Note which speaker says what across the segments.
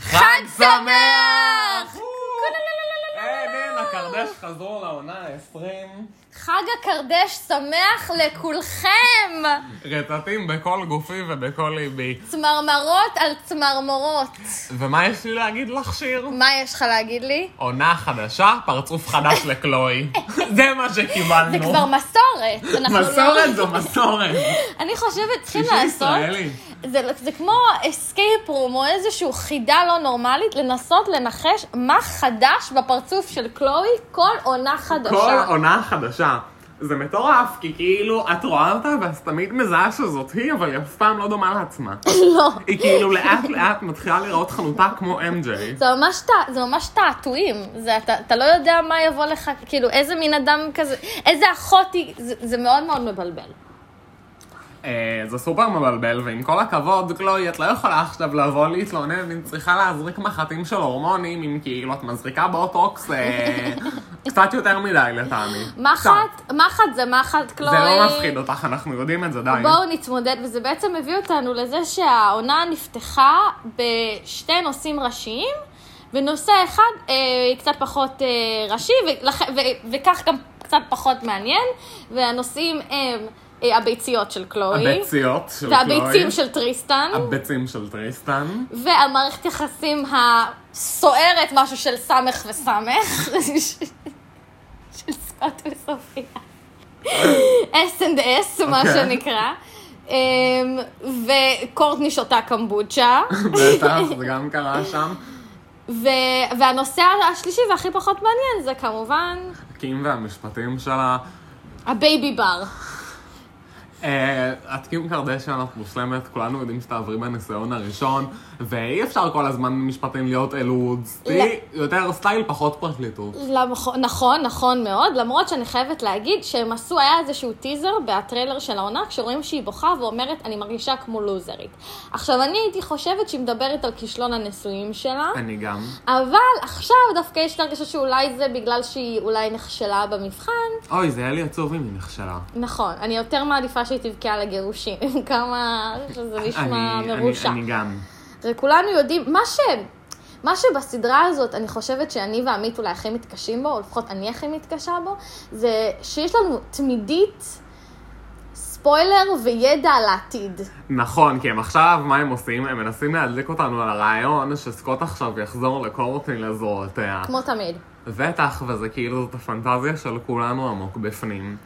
Speaker 1: חג שמח! אה,
Speaker 2: אין, אין, אה, הקרדש חזור לעונה ה-20.
Speaker 1: חג הקרדש שמח לכולכם!
Speaker 2: רטטים בכל גופי ובכל ליבי.
Speaker 1: צמרמרות על צמרמורות.
Speaker 2: ומה יש לי להגיד לך, שיר?
Speaker 1: מה יש לך להגיד לי?
Speaker 2: עונה חדשה, פרצוף חדש לקלוי. זה מה שקיבלנו.
Speaker 1: זה כבר מסורת. אנחנו לא-
Speaker 2: מסורת זו מסורת.
Speaker 1: אני חושבת צריכים
Speaker 2: שישי
Speaker 1: לעשות...
Speaker 2: ישראלי.
Speaker 1: זה, לא- זה כמו אסקייפ רום או איזושהי חידה לא נורמלית, לנסות לנחש מה חדש בפרצוף של קלואי כל עונה חדשה.
Speaker 2: כל עונה חדשה. זה מטורף, כי כאילו, את רואה אותה ואז תמיד מזהה שזאת היא, אבל היא אף פעם לא דומה לעצמה.
Speaker 1: לא.
Speaker 2: היא כאילו לאט לאט מתחילה לראות חנותה כמו MJ.
Speaker 1: זה ממש, תע- זה ממש תעתועים, זה, אתה, אתה לא יודע מה יבוא לך, כאילו איזה מין אדם כזה, איזה אחות היא, זה, זה מאוד מאוד מבלבל.
Speaker 2: אה, זה סופר מבלבל, ועם כל הכבוד, קלוי, את לא יכולה עכשיו לבוא להתלונן אם צריכה להזריק מחטים של הורמונים, אם כאילו את מזריקה באוטוקס אה, קצת יותר מדי לטעמי. קצת.
Speaker 1: מחט, מחט זה מחט, קלואי.
Speaker 2: זה לא מפחיד אותך, אנחנו יודעים את זה, די.
Speaker 1: בואו נתמודד, וזה בעצם הביא אותנו לזה שהעונה נפתחה בשתי נושאים ראשיים, ונושא אחד אה, קצת פחות אה, ראשי, ולכ... ו... וכך גם קצת פחות מעניין, והנושאים הם אה, הביציות של קלואי,
Speaker 2: הביציות של קלוי.
Speaker 1: והביצים של טריסטן.
Speaker 2: הביצים של טריסטן.
Speaker 1: והמערכת יחסים הסוערת, משהו של סמך וסמך, של סקוט וסופיה. S and S, מה
Speaker 2: אוקיי.
Speaker 1: שנקרא. אמ, וקורטני שותה קמבוצ'ה.
Speaker 2: בטח, זה גם קרה שם.
Speaker 1: ו- והנושא השלישי והכי פחות מעניין זה כמובן
Speaker 2: הקים והמשפטים שלה.
Speaker 1: הבייבי בר.
Speaker 2: אה, את קים קרדשן, את מושלמת, כולנו יודעים שתעברי בניסיון הראשון, ואי אפשר כל הזמן משפטים להיות אלודס.
Speaker 1: לא.
Speaker 2: תהיי יותר סטייל, פחות פרקליטות.
Speaker 1: למח- נכון, נכון מאוד, למרות שאני חייבת להגיד שהם עשו, היה איזשהו טיזר בטריילר של העונה, כשרואים שהיא בוכה ואומרת, אני מרגישה כמו לוזרית. עכשיו, אני הייתי חושבת שהיא מדברת על כישלון הנישואים שלה,
Speaker 2: אני גם.
Speaker 1: אבל עכשיו דווקא יש לי הרגשה שאולי זה בגלל שהיא אולי נכשלה במבחן.
Speaker 2: אוי, זה היה לי עצוב אם היא נכשלה.
Speaker 1: נכון, אני יותר מעדיפה שהיא תבכה על הגירושים, עם כמה שזה נשמע
Speaker 2: אני- אני-
Speaker 1: מרושע.
Speaker 2: אני גם.
Speaker 1: וכולנו יודעים, מה ש... מה שבסדרה הזאת, אני חושבת שאני ועמית אולי הכי מתקשים בו, או לפחות אני הכי מתקשה בו, זה שיש לנו תמידית ספוילר וידע על העתיד.
Speaker 2: נכון, כי הם עכשיו, מה הם עושים? הם מנסים להדליק אותנו על הרעיון שסקוט עכשיו יחזור לקורטני לזרועותיה.
Speaker 1: כמו תמיד.
Speaker 2: בטח, וזה כאילו זאת הפנטזיה של כולנו עמוק בפנים.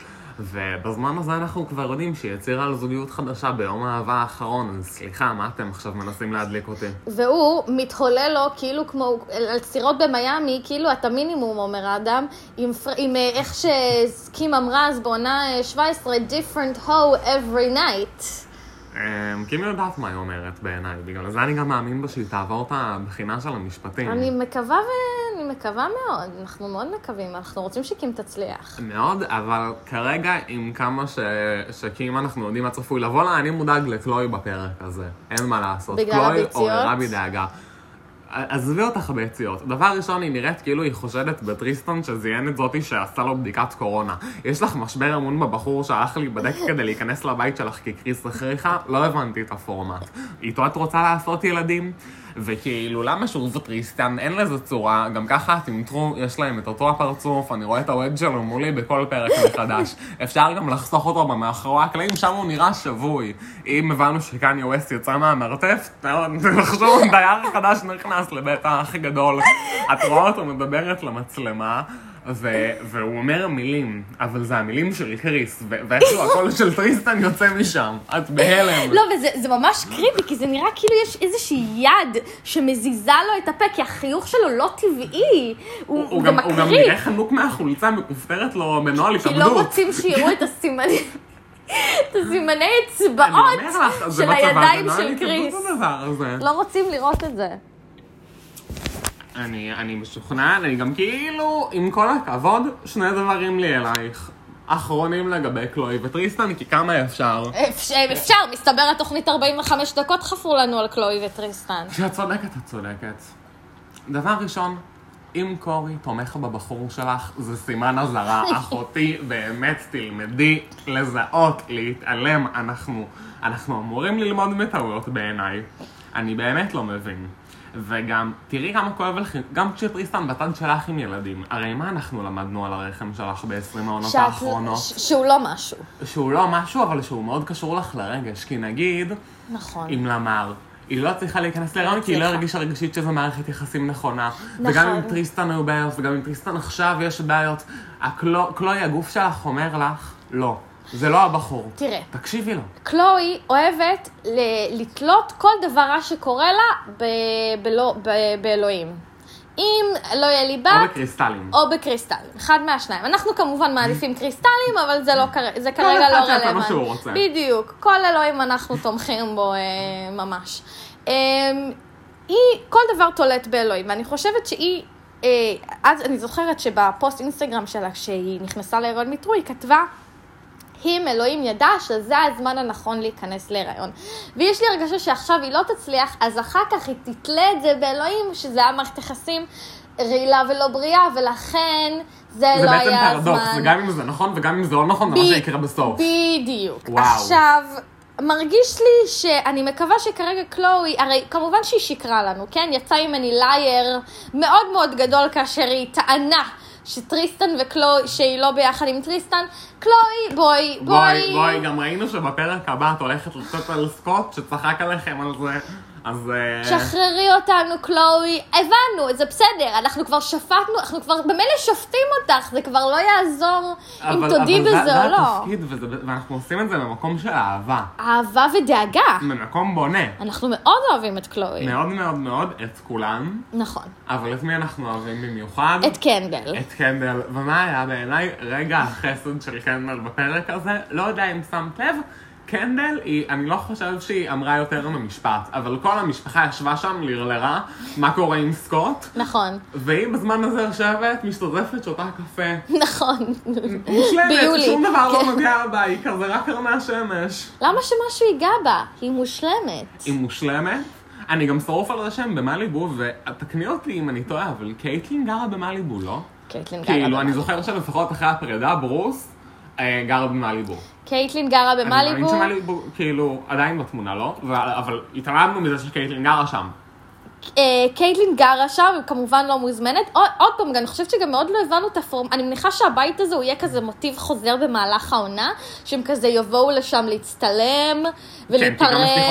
Speaker 2: ובזמן הזה אנחנו כבר יודעים שהיא הצהירה על זוגיות חדשה ביום האהבה האחרון, אז סליחה, מה אתם עכשיו מנסים להדליק אותי?
Speaker 1: והוא מתחולל לו כאילו כמו, על סירות במיאמי, כאילו את המינימום, אומר האדם, עם, פר- עם אה, איך שקים אמרה אז בעונה אה, 17, different hoe every night.
Speaker 2: אמ, קים יודעת מה היא אומרת בעיניי, בגלל זה אני גם מאמין בה שהיא תעבור את הבחינה של המשפטים.
Speaker 1: אני מקווה ו... אני מקווה מאוד, אנחנו מאוד מקווים, אנחנו רוצים שקים תצליח.
Speaker 2: מאוד, אבל כרגע, עם כמה ש... שכים אנחנו יודעים מה צפוי לבוא לה, אני מודאג לקלוי בפרק הזה. אין מה לעשות.
Speaker 1: בגלל הביציות?
Speaker 2: קלוי עוררה בי דאגה. ע- עזבי אותך הביציות. דבר ראשון, היא נראית כאילו היא חושדת בטריסטון שזיין את זאתי שעשתה לו בדיקת קורונה. יש לך משבר אמון בבחור שהלך להיבדק כדי להיכנס לבית שלך כי קריס הכריחה? לא הבנתי את הפורמט. איתו את רוצה לעשות ילדים? וכאילו, למה שוב טריסטן? אין לזה צורה. גם ככה הטמטום, יש להם את אותו הפרצוף, אני רואה את הווד שלו מולי בכל פרק מחדש. אפשר גם לחסוך אותו במאחורי הקלעים, שם הוא נראה שבוי. אם הבנו שקניה ווסט יצא מהמרתף, תחשוב, דייר חדש נכנס לבית האח הגדול. את רואה אותו מדברת למצלמה. ו- והוא אומר מילים, אבל זה המילים של קריס, ו- ואיכשהו הקול של טריסטן יוצא משם, את בהלם.
Speaker 1: לא, וזה זה ממש קריפי, כי זה נראה כאילו יש איזושהי יד שמזיזה לו את הפה, כי החיוך שלו לא טבעי. הוא,
Speaker 2: הוא
Speaker 1: זה
Speaker 2: גם, הוא גם
Speaker 1: מקריא,
Speaker 2: נראה חנוק מהחולצה, מכופתרת לו בנוהל
Speaker 1: כי לא
Speaker 2: התאבדות.
Speaker 1: רוצים שיראו את הסימני... את הסימני
Speaker 2: אני אומר
Speaker 1: אצבעות
Speaker 2: לך, זה
Speaker 1: של
Speaker 2: בצבא, זה
Speaker 1: הידיים
Speaker 2: נוהל
Speaker 1: של
Speaker 2: התאבדות
Speaker 1: קריס.
Speaker 2: הדבר הזה.
Speaker 1: לא רוצים לראות את זה.
Speaker 2: אני, אני משוכנע, אני גם כאילו, עם כל הכבוד, שני דברים לי אלייך. אחרונים לגבי קלוי וטריסטן, כי כמה אפשר.
Speaker 1: אפשר, אפשר, מסתבר התוכנית 45 דקות חפרו לנו על קלואי וטריסטן.
Speaker 2: כשאת צודקת, את צודקת. דבר ראשון, אם קורי תומך בבחור שלך, זה סימן אזהרה. אחותי, באמת תלמדי לזהות, להתעלם. אנחנו, אנחנו אמורים ללמוד מטעויות בעיניי. אני באמת לא מבין. וגם, תראי כמה כואב לך, גם כשטריסטן בצד שלך עם ילדים, הרי מה אנחנו למדנו על הרחם שלך ב-20 העונות
Speaker 1: שאת- לא-
Speaker 2: האחרונות?
Speaker 1: ש- שהוא לא משהו.
Speaker 2: שהוא לא משהו, אבל שהוא מאוד קשור לך לרגש, כי נגיד,
Speaker 1: נכון.
Speaker 2: עם למר. היא לא צריכה להיכנס להיריון, כי היא לא
Speaker 1: צריכה.
Speaker 2: הרגישה רגשית שזו מערכת יחסים נכונה.
Speaker 1: נכון.
Speaker 2: וגם עם טריסטן היו בעיות, וגם עם טריסטן עכשיו יש בעיות. הקלו- קלוי, הגוף שלך אומר לך, לא, זה לא הבחור.
Speaker 1: תראה.
Speaker 2: תקשיבי לו.
Speaker 1: קלואי אוהבת ל- לתלות כל דבר רע שקורה לה ב- בלא- ב- באלוהים. אם לא יהיה לי
Speaker 2: לא
Speaker 1: בת,
Speaker 2: בקריסטלים.
Speaker 1: או בקריסטלים, אחד מהשניים. אנחנו כמובן מעדיפים קריסטלים, אבל זה, לא, כר- זה כרגע
Speaker 2: אחד
Speaker 1: לא
Speaker 2: שיעשה מה
Speaker 1: רלוונטי.
Speaker 2: שהוא רוצה.
Speaker 1: בדיוק. כל אלוהים אנחנו תומכים בו אה, ממש. אה, היא כל דבר תולט באלוהים, ואני חושבת שהיא... אה, אז אני זוכרת שבפוסט אינסטגרם שלה, כשהיא נכנסה להיריון מיטרו, היא כתבה... אם אלוהים ידע שזה הזמן הנכון להיכנס להיריון. ויש לי הרגשה שעכשיו היא לא תצליח, אז אחר כך היא תתלה את זה באלוהים, שזה היה מערכת יחסים רעילה ולא בריאה, ולכן זה
Speaker 2: זה
Speaker 1: לא
Speaker 2: בעצם
Speaker 1: היה הזמן.
Speaker 2: פרדוקס, זה גם אם זה נכון וגם אם זה לא נכון, זה מה
Speaker 1: ב-
Speaker 2: שיקרה בסוף.
Speaker 1: בדיוק.
Speaker 2: וואו.
Speaker 1: עכשיו, מרגיש לי שאני מקווה שכרגע קלואי, הרי כמובן שהיא שיקרה לנו, כן? יצא ממני לייר מאוד מאוד גדול כאשר היא טענה. שטריסטן וקלואי, שהיא לא ביחד עם טריסטן, קלואי, בואי,
Speaker 2: בואי, בואי, גם ראינו שבפרק הבא את הולכת לצאת על סקוט שצחק עליכם על זה, אז... אה,
Speaker 1: שחררי אותנו, קלואי. הבנו, זה בסדר, אנחנו כבר שפטנו, אנחנו כבר במילא שופטים אותך, זה כבר לא יעזור אם
Speaker 2: אבל-
Speaker 1: תודי
Speaker 2: אבל זה-
Speaker 1: בזה או
Speaker 2: זה
Speaker 1: לא.
Speaker 2: התפקיד, וזה- ואנחנו עושים את זה ממקום של אהבה,
Speaker 1: אהבה ודאגה.
Speaker 2: ממקום בונה.
Speaker 1: אנחנו מאוד אוהבים את קלואי.
Speaker 2: מאוד מאוד מאוד את כולם,
Speaker 1: נכון.
Speaker 2: אבל את מי אנחנו אוהבים במיוחד?
Speaker 1: את קנדל.
Speaker 2: את קנדל. ומה היה בעיניי רגע החסד של קנדל בפרק הזה? לא יודע אם שמת לב. קנדל היא, אני לא חושבת שהיא אמרה יותר ממשפט, אבל כל המשפחה ישבה שם לרלרה, מה קורה עם סקוט,
Speaker 1: נכון.
Speaker 2: והיא בזמן הזה יושבת, משתזפת, שותה קפה.
Speaker 1: נכון.
Speaker 2: מושלמת,
Speaker 1: ביולי.
Speaker 2: שום דבר
Speaker 1: כן.
Speaker 2: לא נוגע בה, היא כזה רק קרני השמש.
Speaker 1: למה שמשהו ייגע בה? היא מושלמת.
Speaker 2: היא מושלמת. אני גם שרוף על זה שהם במליבו, ותקני אותי אם אני טועה, אבל קייטלין גרה במליבו, לא?
Speaker 1: קייטלין גרה
Speaker 2: כאילו, אני
Speaker 1: במליבו.
Speaker 2: זוכר שלפחות אחרי הפרידה, ברוס אה, גר במליבו.
Speaker 1: קייטלין גרה
Speaker 2: אני מאמין
Speaker 1: במליבו.
Speaker 2: שמליבו, כאילו, עדיין בתמונה, לא? ו- אבל התעלמנו מזה שקייטלין גרה שם.
Speaker 1: אה, קייטלין גרה שם, היא כמובן לא מוזמנת. עוד- עוד פעם, אני חושבת שגם מאוד לא הבנו את הפורמט. אני מניחה שהבית הזה הוא יהיה כזה מוטיב חוזר במהלך העונה, שהם כזה יבואו לשם להצטלם
Speaker 2: כן, כי גם הסליחות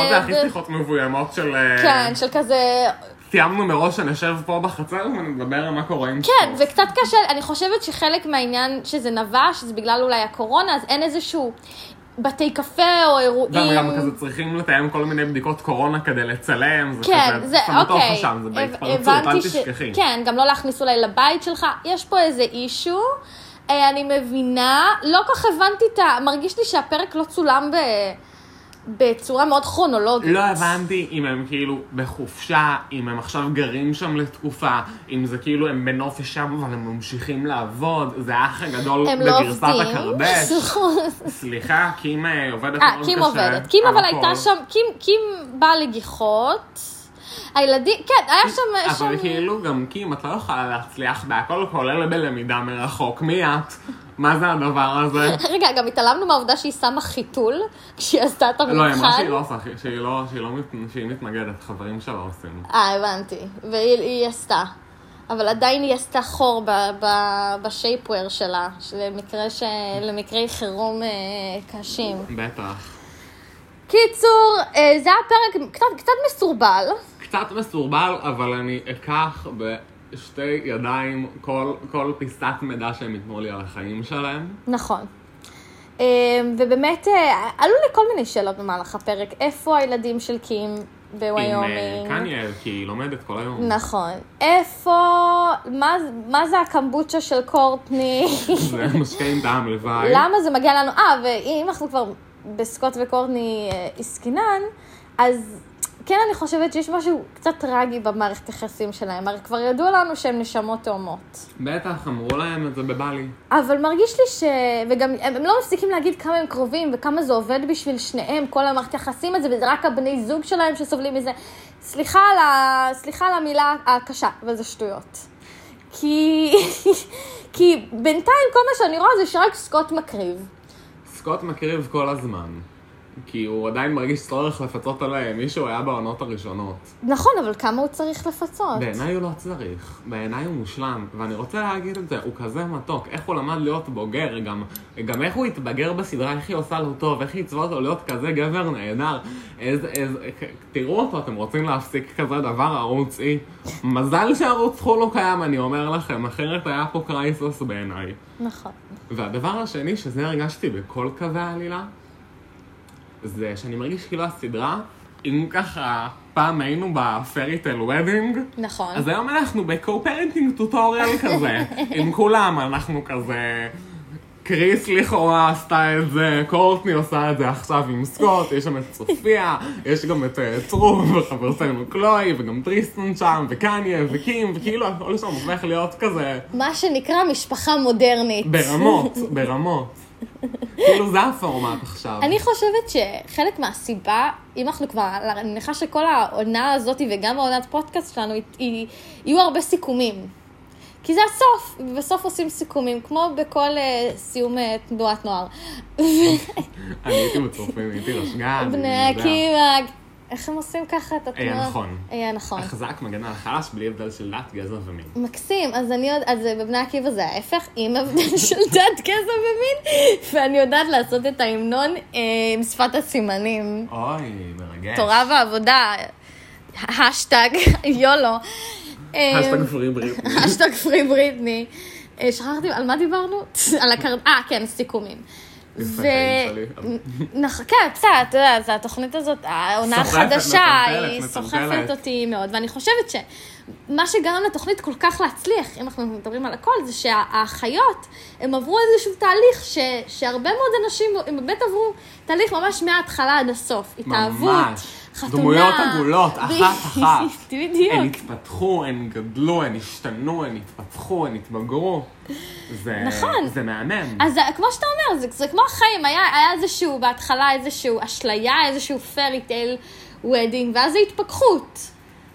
Speaker 2: זה הכי
Speaker 1: ולהיפרד.
Speaker 2: סליחות מבוימות של... אה,
Speaker 1: כן, של כזה...
Speaker 2: סיימנו מראש שנשב פה בחצר ונדבר על מה קורה עם
Speaker 1: כן,
Speaker 2: סקוט.
Speaker 1: וקצת קשה, אני חושבת שחלק מהעניין שזה נבע, שזה בגלל אולי הקורונה, אז אין איזשהו בתי קפה או
Speaker 2: גם גם
Speaker 1: אירועים.
Speaker 2: כזה צריכים לתאם כל מיני בדיקות קורונה כדי לצלם, זה
Speaker 1: כן,
Speaker 2: כזה,
Speaker 1: זה,
Speaker 2: סמטוחה
Speaker 1: אוקיי.
Speaker 2: שם, זה
Speaker 1: הב-
Speaker 2: בהתפרצות,
Speaker 1: הבנתי
Speaker 2: אל
Speaker 1: ש-
Speaker 2: תשכחי.
Speaker 1: כן, גם לא להכניס אולי לבית שלך. יש פה איזה אישו, אה, אני מבינה. לא כל כך הבנתי את ה... מרגיש לי שהפרק לא צולם ב... בצורה מאוד כרונולוגית.
Speaker 2: לא הבנתי אם הם כאילו בחופשה, אם הם עכשיו גרים שם לתקופה, אם זה כאילו הם בנופש שם אבל הם ממשיכים לעבוד, זה האח הגדול
Speaker 1: הם לא
Speaker 2: בגרסת
Speaker 1: עובדים.
Speaker 2: הקרדש.
Speaker 1: נכון.
Speaker 2: סליחה, קים אה, עובדת
Speaker 1: אה,
Speaker 2: מאוד
Speaker 1: קים
Speaker 2: קשה.
Speaker 1: עובדת. קים
Speaker 2: על
Speaker 1: אבל
Speaker 2: הכל.
Speaker 1: הייתה שם, קים, קים באה לגיחות. הילדים, כן, היה שם...
Speaker 2: אבל
Speaker 1: שם-
Speaker 2: כאילו גם קים, את לא יכולה להצליח בהכל, כולל בלמידה מרחוק. מי את? מה זה הדבר הזה?
Speaker 1: רגע, גם התעלמנו מהעובדה שהיא שמה חיתול כשהיא עשתה את המבחן.
Speaker 2: לא, היא אמרה שהיא לא עושה, שהיא לא, שהיא לא מת, שהיא מתנגדת, חברים שלה עושים.
Speaker 1: אה, הבנתי. והיא היא עשתה. אבל עדיין היא עשתה חור ב, ב, בשייפוור שלה, למקרה ש... למקרי חירום אה, קשים.
Speaker 2: בטח.
Speaker 1: קיצור, אה, זה היה פרק קצת, קצת מסורבל.
Speaker 2: קצת מסורבל, אבל אני אקח בשתי ידיים כל, כל פיסת מידע שהם ייתנו לי על החיים שלהם.
Speaker 1: נכון. אה, ובאמת, אה, עלו לי כל מיני שאלות במהלך הפרק. איפה הילדים של קים
Speaker 2: עם
Speaker 1: בוויומינג?
Speaker 2: אה, קניה, כי היא לומדת כל היום.
Speaker 1: נכון. איפה, מה, זה- מה זה הקמבוצ'ה של קורטני?
Speaker 2: זה משקה עם טעם לוואי.
Speaker 1: למה זה מגיע לנו? אה, ואם אנחנו כבר בסקוט וקורני אה, עסקינן, אז כן, אני חושבת שיש משהו קצת טרגי במערכת היחסים שלהם. הרי כבר ידוע לנו שהן נשמות תאומות.
Speaker 2: בטח, אמרו להם את זה בבלי.
Speaker 1: אבל מרגיש לי ש... וגם הם, הם לא מפסיקים להגיד כמה הם קרובים וכמה זה עובד בשביל שניהם, כל המערכת היחסים הזה, וזה רק הבני זוג שלהם שסובלים מזה. סליחה על, ה... סליחה על המילה הקשה, אבל זה שטויות. כי... כי בינתיים כל מה שאני רואה זה שרק סקוט מקריב.
Speaker 2: סקוט מקריב כל הזמן. כי הוא עדיין מרגיש צורך לפצות על מישהו היה בעונות הראשונות.
Speaker 1: נכון, אבל כמה הוא צריך לפצות?
Speaker 2: בעיניי הוא לא צריך, בעיניי הוא מושלם, ואני רוצה להגיד את זה, הוא כזה מתוק, איך הוא למד להיות בוגר, גם, גם איך הוא התבגר בסדרה, איך היא עושה לו טוב, איך היא עיצבה אותו להיות כזה גבר נהדר. איזה, איזה, תראו אותו, אתם רוצים להפסיק כזה דבר, ערוץ אי. מזל שערוץ חול לא קיים, אני אומר לכם, אחרת היה פה קרייסוס בעיניי.
Speaker 1: נכון.
Speaker 2: והדבר השני, שזה הרגשתי בכל קווי העלילה, זה שאני מרגיש כאילו הסדרה, אם ככה פעם היינו בפריטל ודינג,
Speaker 1: נכון.
Speaker 2: אז היום אנחנו בקו-פרנטינג טוטוריאל כזה, עם כולם, אנחנו כזה... קריס לכאורה עשתה את זה, קורטני עושה את זה עכשיו עם סקוט, יש שם את סופיה, יש גם את אה, טרו וחברתנו קלוי, וגם טריסטון שם, וקניה, וקים, וכאילו הכל שם הופך להיות כזה
Speaker 1: מה שנקרא משפחה מודרנית.
Speaker 2: ברמות, ברמות. כאילו זה הפורמט עכשיו.
Speaker 1: אני חושבת שחלק מהסיבה, אם אנחנו כבר, אני מניחה שכל העונה הזאת וגם העונת פודקאסט שלנו, היא- היא- יהיו הרבה סיכומים. כי זה הסוף, בסוף עושים סיכומים, כמו בכל אה, סיום אה, תנועת נוער.
Speaker 2: אני הייתי בצופים, הייתי רשגן.
Speaker 1: בני
Speaker 2: אני יודע.
Speaker 1: עקיבא, איך הם עושים ככה את התנועה?
Speaker 2: היה נכון.
Speaker 1: היה נכון.
Speaker 2: החזק מגן על החלש בלי הבדל של דת, גזע ומין.
Speaker 1: מקסים, אז אני יודעת, אז בבני עקיבא זה ההפך, עם הבדל של דת, גזע ומין, ואני יודעת לעשות את ההמנון אה, עם שפת הסימנים.
Speaker 2: אוי, מרגש.
Speaker 1: תורה ועבודה, השטג, יולו. אה,
Speaker 2: השטג פרי בריטני.
Speaker 1: השטג פרי בריטני. אה, שכחתי, על מה דיברנו? על הקר... אה, כן, סיכומים.
Speaker 2: יפה,
Speaker 1: ו-
Speaker 2: חיים שלי.
Speaker 1: נכ- כן, קצת, אתה יודע, זה התוכנית הזאת, העונה
Speaker 2: סוחפת,
Speaker 1: החדשה,
Speaker 2: מטלטלת,
Speaker 1: היא
Speaker 2: מטלטלת.
Speaker 1: סוחפת אותי מאוד, ואני חושבת שמה שגרם לתוכנית כל כך להצליח, אם אנחנו מדברים על הכל, זה שהאחיות, הם עברו איזשהו תהליך ש- שהרבה מאוד אנשים, הם באמת עברו תהליך ממש מההתחלה עד הסוף. התאהבות, חתונה.
Speaker 2: דמויות עגולות, אחת-אחת. הן
Speaker 1: בדיוק.
Speaker 2: התפתחו, הן גדלו, הן השתנו, הן התפתחו, הן התבגרו. זה-
Speaker 1: נכון.
Speaker 2: זה מהמם.
Speaker 1: אז זה- כמו שאתה אומר, זה, זה כמו החיים, היה, היה איזשהו, בהתחלה איזשהו אשליה, איזשהו פרי טייל וודינג, ואז זה התפכחות.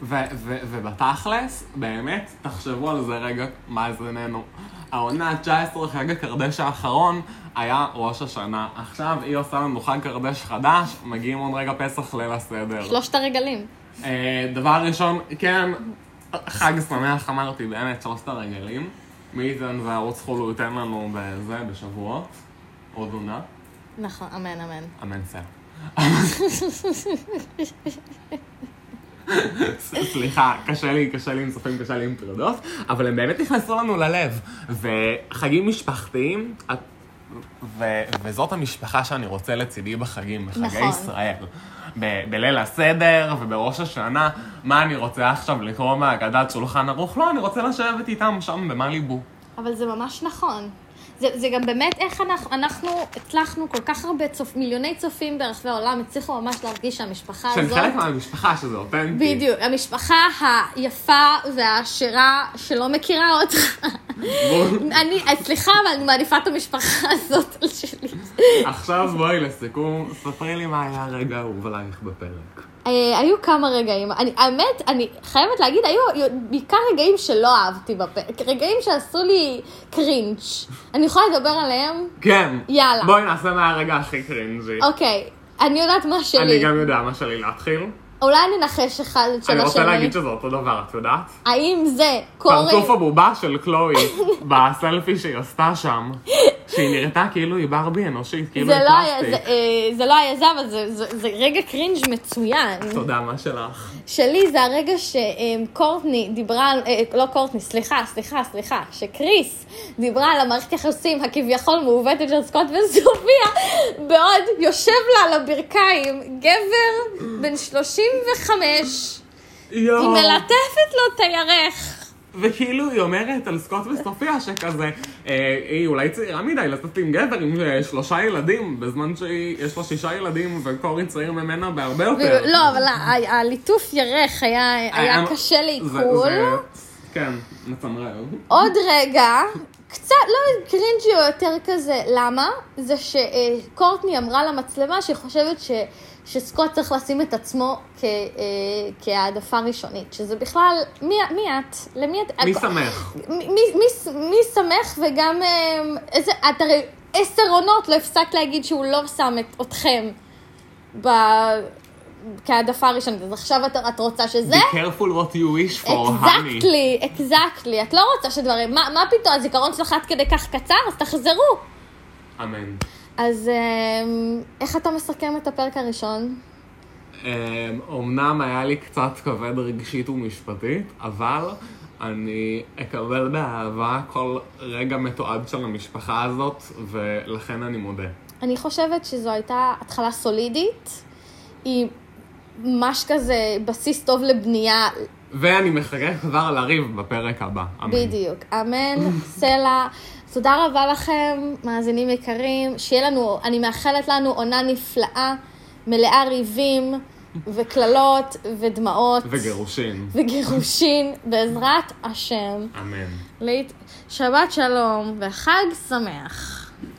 Speaker 2: ו- ו- ובתכלס, באמת, תחשבו על זה רגע, מה זה ננו. העונה ה-19, חג הקרדש האחרון, היה ראש השנה. עכשיו היא עושה לנו חג קרדש חדש, מגיעים עוד רגע פסח ליל הסדר.
Speaker 1: שלושת הרגלים.
Speaker 2: אה, דבר ראשון, כן, חג שמח אמרתי, באמת, שלושת הרגלים. מי ייתן זה ערוץ חול, הוא ייתן לנו בזה, בשבועות. עוד עונה.
Speaker 1: נכון, אמן, אמן.
Speaker 2: אמן סר. סליחה, קשה לי, קשה לי עם צופים, קשה לי עם פרדות, אבל הם באמת נכנסו לנו ללב. וחגים משפחתיים, את- ו- וזאת המשפחה שאני רוצה לצידי בחגים, בחגי
Speaker 1: נכון.
Speaker 2: ישראל. ב- בליל הסדר ובראש השנה, מה אני רוצה עכשיו לקרוא מהגדת שולחן ערוך? לא, אני רוצה לשבת איתם שם במליבו.
Speaker 1: אבל זה ממש נכון. זה, זה גם באמת איך אנחנו, אנחנו הצלחנו כל כך הרבה צופ, מיליוני צופים ברחבי העולם, הצליחו ממש להרגיש שהמשפחה
Speaker 2: שהם
Speaker 1: הזאת...
Speaker 2: חלק מהמשפחה, שזה אותנטי.
Speaker 1: בדיוק, המשפחה היפה והעשירה שלא מכירה אותך.
Speaker 2: בואו-
Speaker 1: אני, אה, סליחה, אבל אני מעדיפה את המשפחה הזאת על שלי.
Speaker 2: עכשיו בואי לסיכום, ספרי לי מה היה הרגע האהוב עלייך בפרק.
Speaker 1: אה, היו כמה רגעים, אני, האמת, אני חייבת להגיד, היו היו בעיקר רגעים שלא אהבתי בפרק, רגעים שעשו לי קרינג'. אני יכולה לדבר עליהם?
Speaker 2: כן.
Speaker 1: יאללה.
Speaker 2: בואי נעשה מה הרגע הכי קרינג'י.
Speaker 1: אוקיי, אני יודעת מה שלי.
Speaker 2: אני גם יודע מה שלי להתחיל.
Speaker 1: אולי אני אנחש אחד את
Speaker 2: אני
Speaker 1: של
Speaker 2: רוצה
Speaker 1: השני.
Speaker 2: להגיד שזה אותו דבר, את יודעת?
Speaker 1: האם זה
Speaker 2: פרצוף
Speaker 1: קורי,
Speaker 2: הבובה של קלואי, בסלפי שהיא עשתה שם, שהיא נראתה כאילו היא ברבי אנושית, כאילו
Speaker 1: זה
Speaker 2: היא
Speaker 1: לא היה- זה,
Speaker 2: פלסטיק.
Speaker 1: אה, זה לא היה זה, אבל זה- זה זה רגע קרינג' מצוין.
Speaker 2: תודה, מה שלך?
Speaker 1: שלי זה הרגע שקורטני דיברה, על- אה, לא קורטני, סליחה, סליחה, סליחה, שקריס דיברה על המערכת יחסים הכביכול מעוותת של סקוט וסופיה, בעוד יושב לה על הברכיים גבר בן 35, היא
Speaker 2: יואו.
Speaker 1: מלטפת לו את הירך.
Speaker 2: וכאילו היא אומרת על סקוט וסופיה שכזה, אה, היא אולי צעירה מדי לצאת עם גבר עם אה, שלושה ילדים, בזמן שיש לה שישה ילדים וקורי צעיר ממנה בהרבה יותר.
Speaker 1: ו- לא, אבל ה- ה- הליטוף ירך היה היה
Speaker 2: אה,
Speaker 1: קשה לעיכול.
Speaker 2: זה- זה- כן, מצמרר.
Speaker 1: עוד רגע, קצת, לא קרינג'י או יותר כזה, למה? זה שקורטני אמרה למצלמה שהיא חושבת ש, שסקוט צריך לשים את עצמו כ, אה, כהעדפה ראשונית, שזה בכלל, מי, מי את? למי את?
Speaker 2: מי שמח?
Speaker 1: מי, מי, מי, מי שמח וגם אה, איזה, את הרי עשר עונות לא הפסקת להגיד שהוא לא שם את, אתכם ב... כהעדפה ראשונית. אז עכשיו את, את רוצה שזה?
Speaker 2: Be careful what you wish for, honey.
Speaker 1: אקזקטלי, אקזקטלי. את לא רוצה שדברים... מה, מה פתאום, הזיכרון שלך עד כדי כך קצר? אז תחזרו.
Speaker 2: אמן.
Speaker 1: אז אמ, איך אתה מסכם את הפרק הראשון?
Speaker 2: אמ, אומנם היה לי קצת כבד רגשית ומשפטית, אבל אני אקבל באהבה כל רגע מתועד של המשפחה הזאת, ולכן אני מודה.
Speaker 1: אני חושבת שזו הייתה התחלה סולידית, היא ממש כזה בסיס טוב לבנייה,
Speaker 2: ואני מחכה כבר לריב בפרק הבא. אמן.
Speaker 1: בדיוק. אמן, סלע. תודה רבה לכם, מאזינים יקרים, שיהיה לנו, אני מאחלת לנו עונה נפלאה, מלאה ריבים וקללות ודמעות.
Speaker 2: וגירושין.
Speaker 1: וגירושין, בעזרת השם.
Speaker 2: אמן.
Speaker 1: להת... שבת שלום וחג שמח.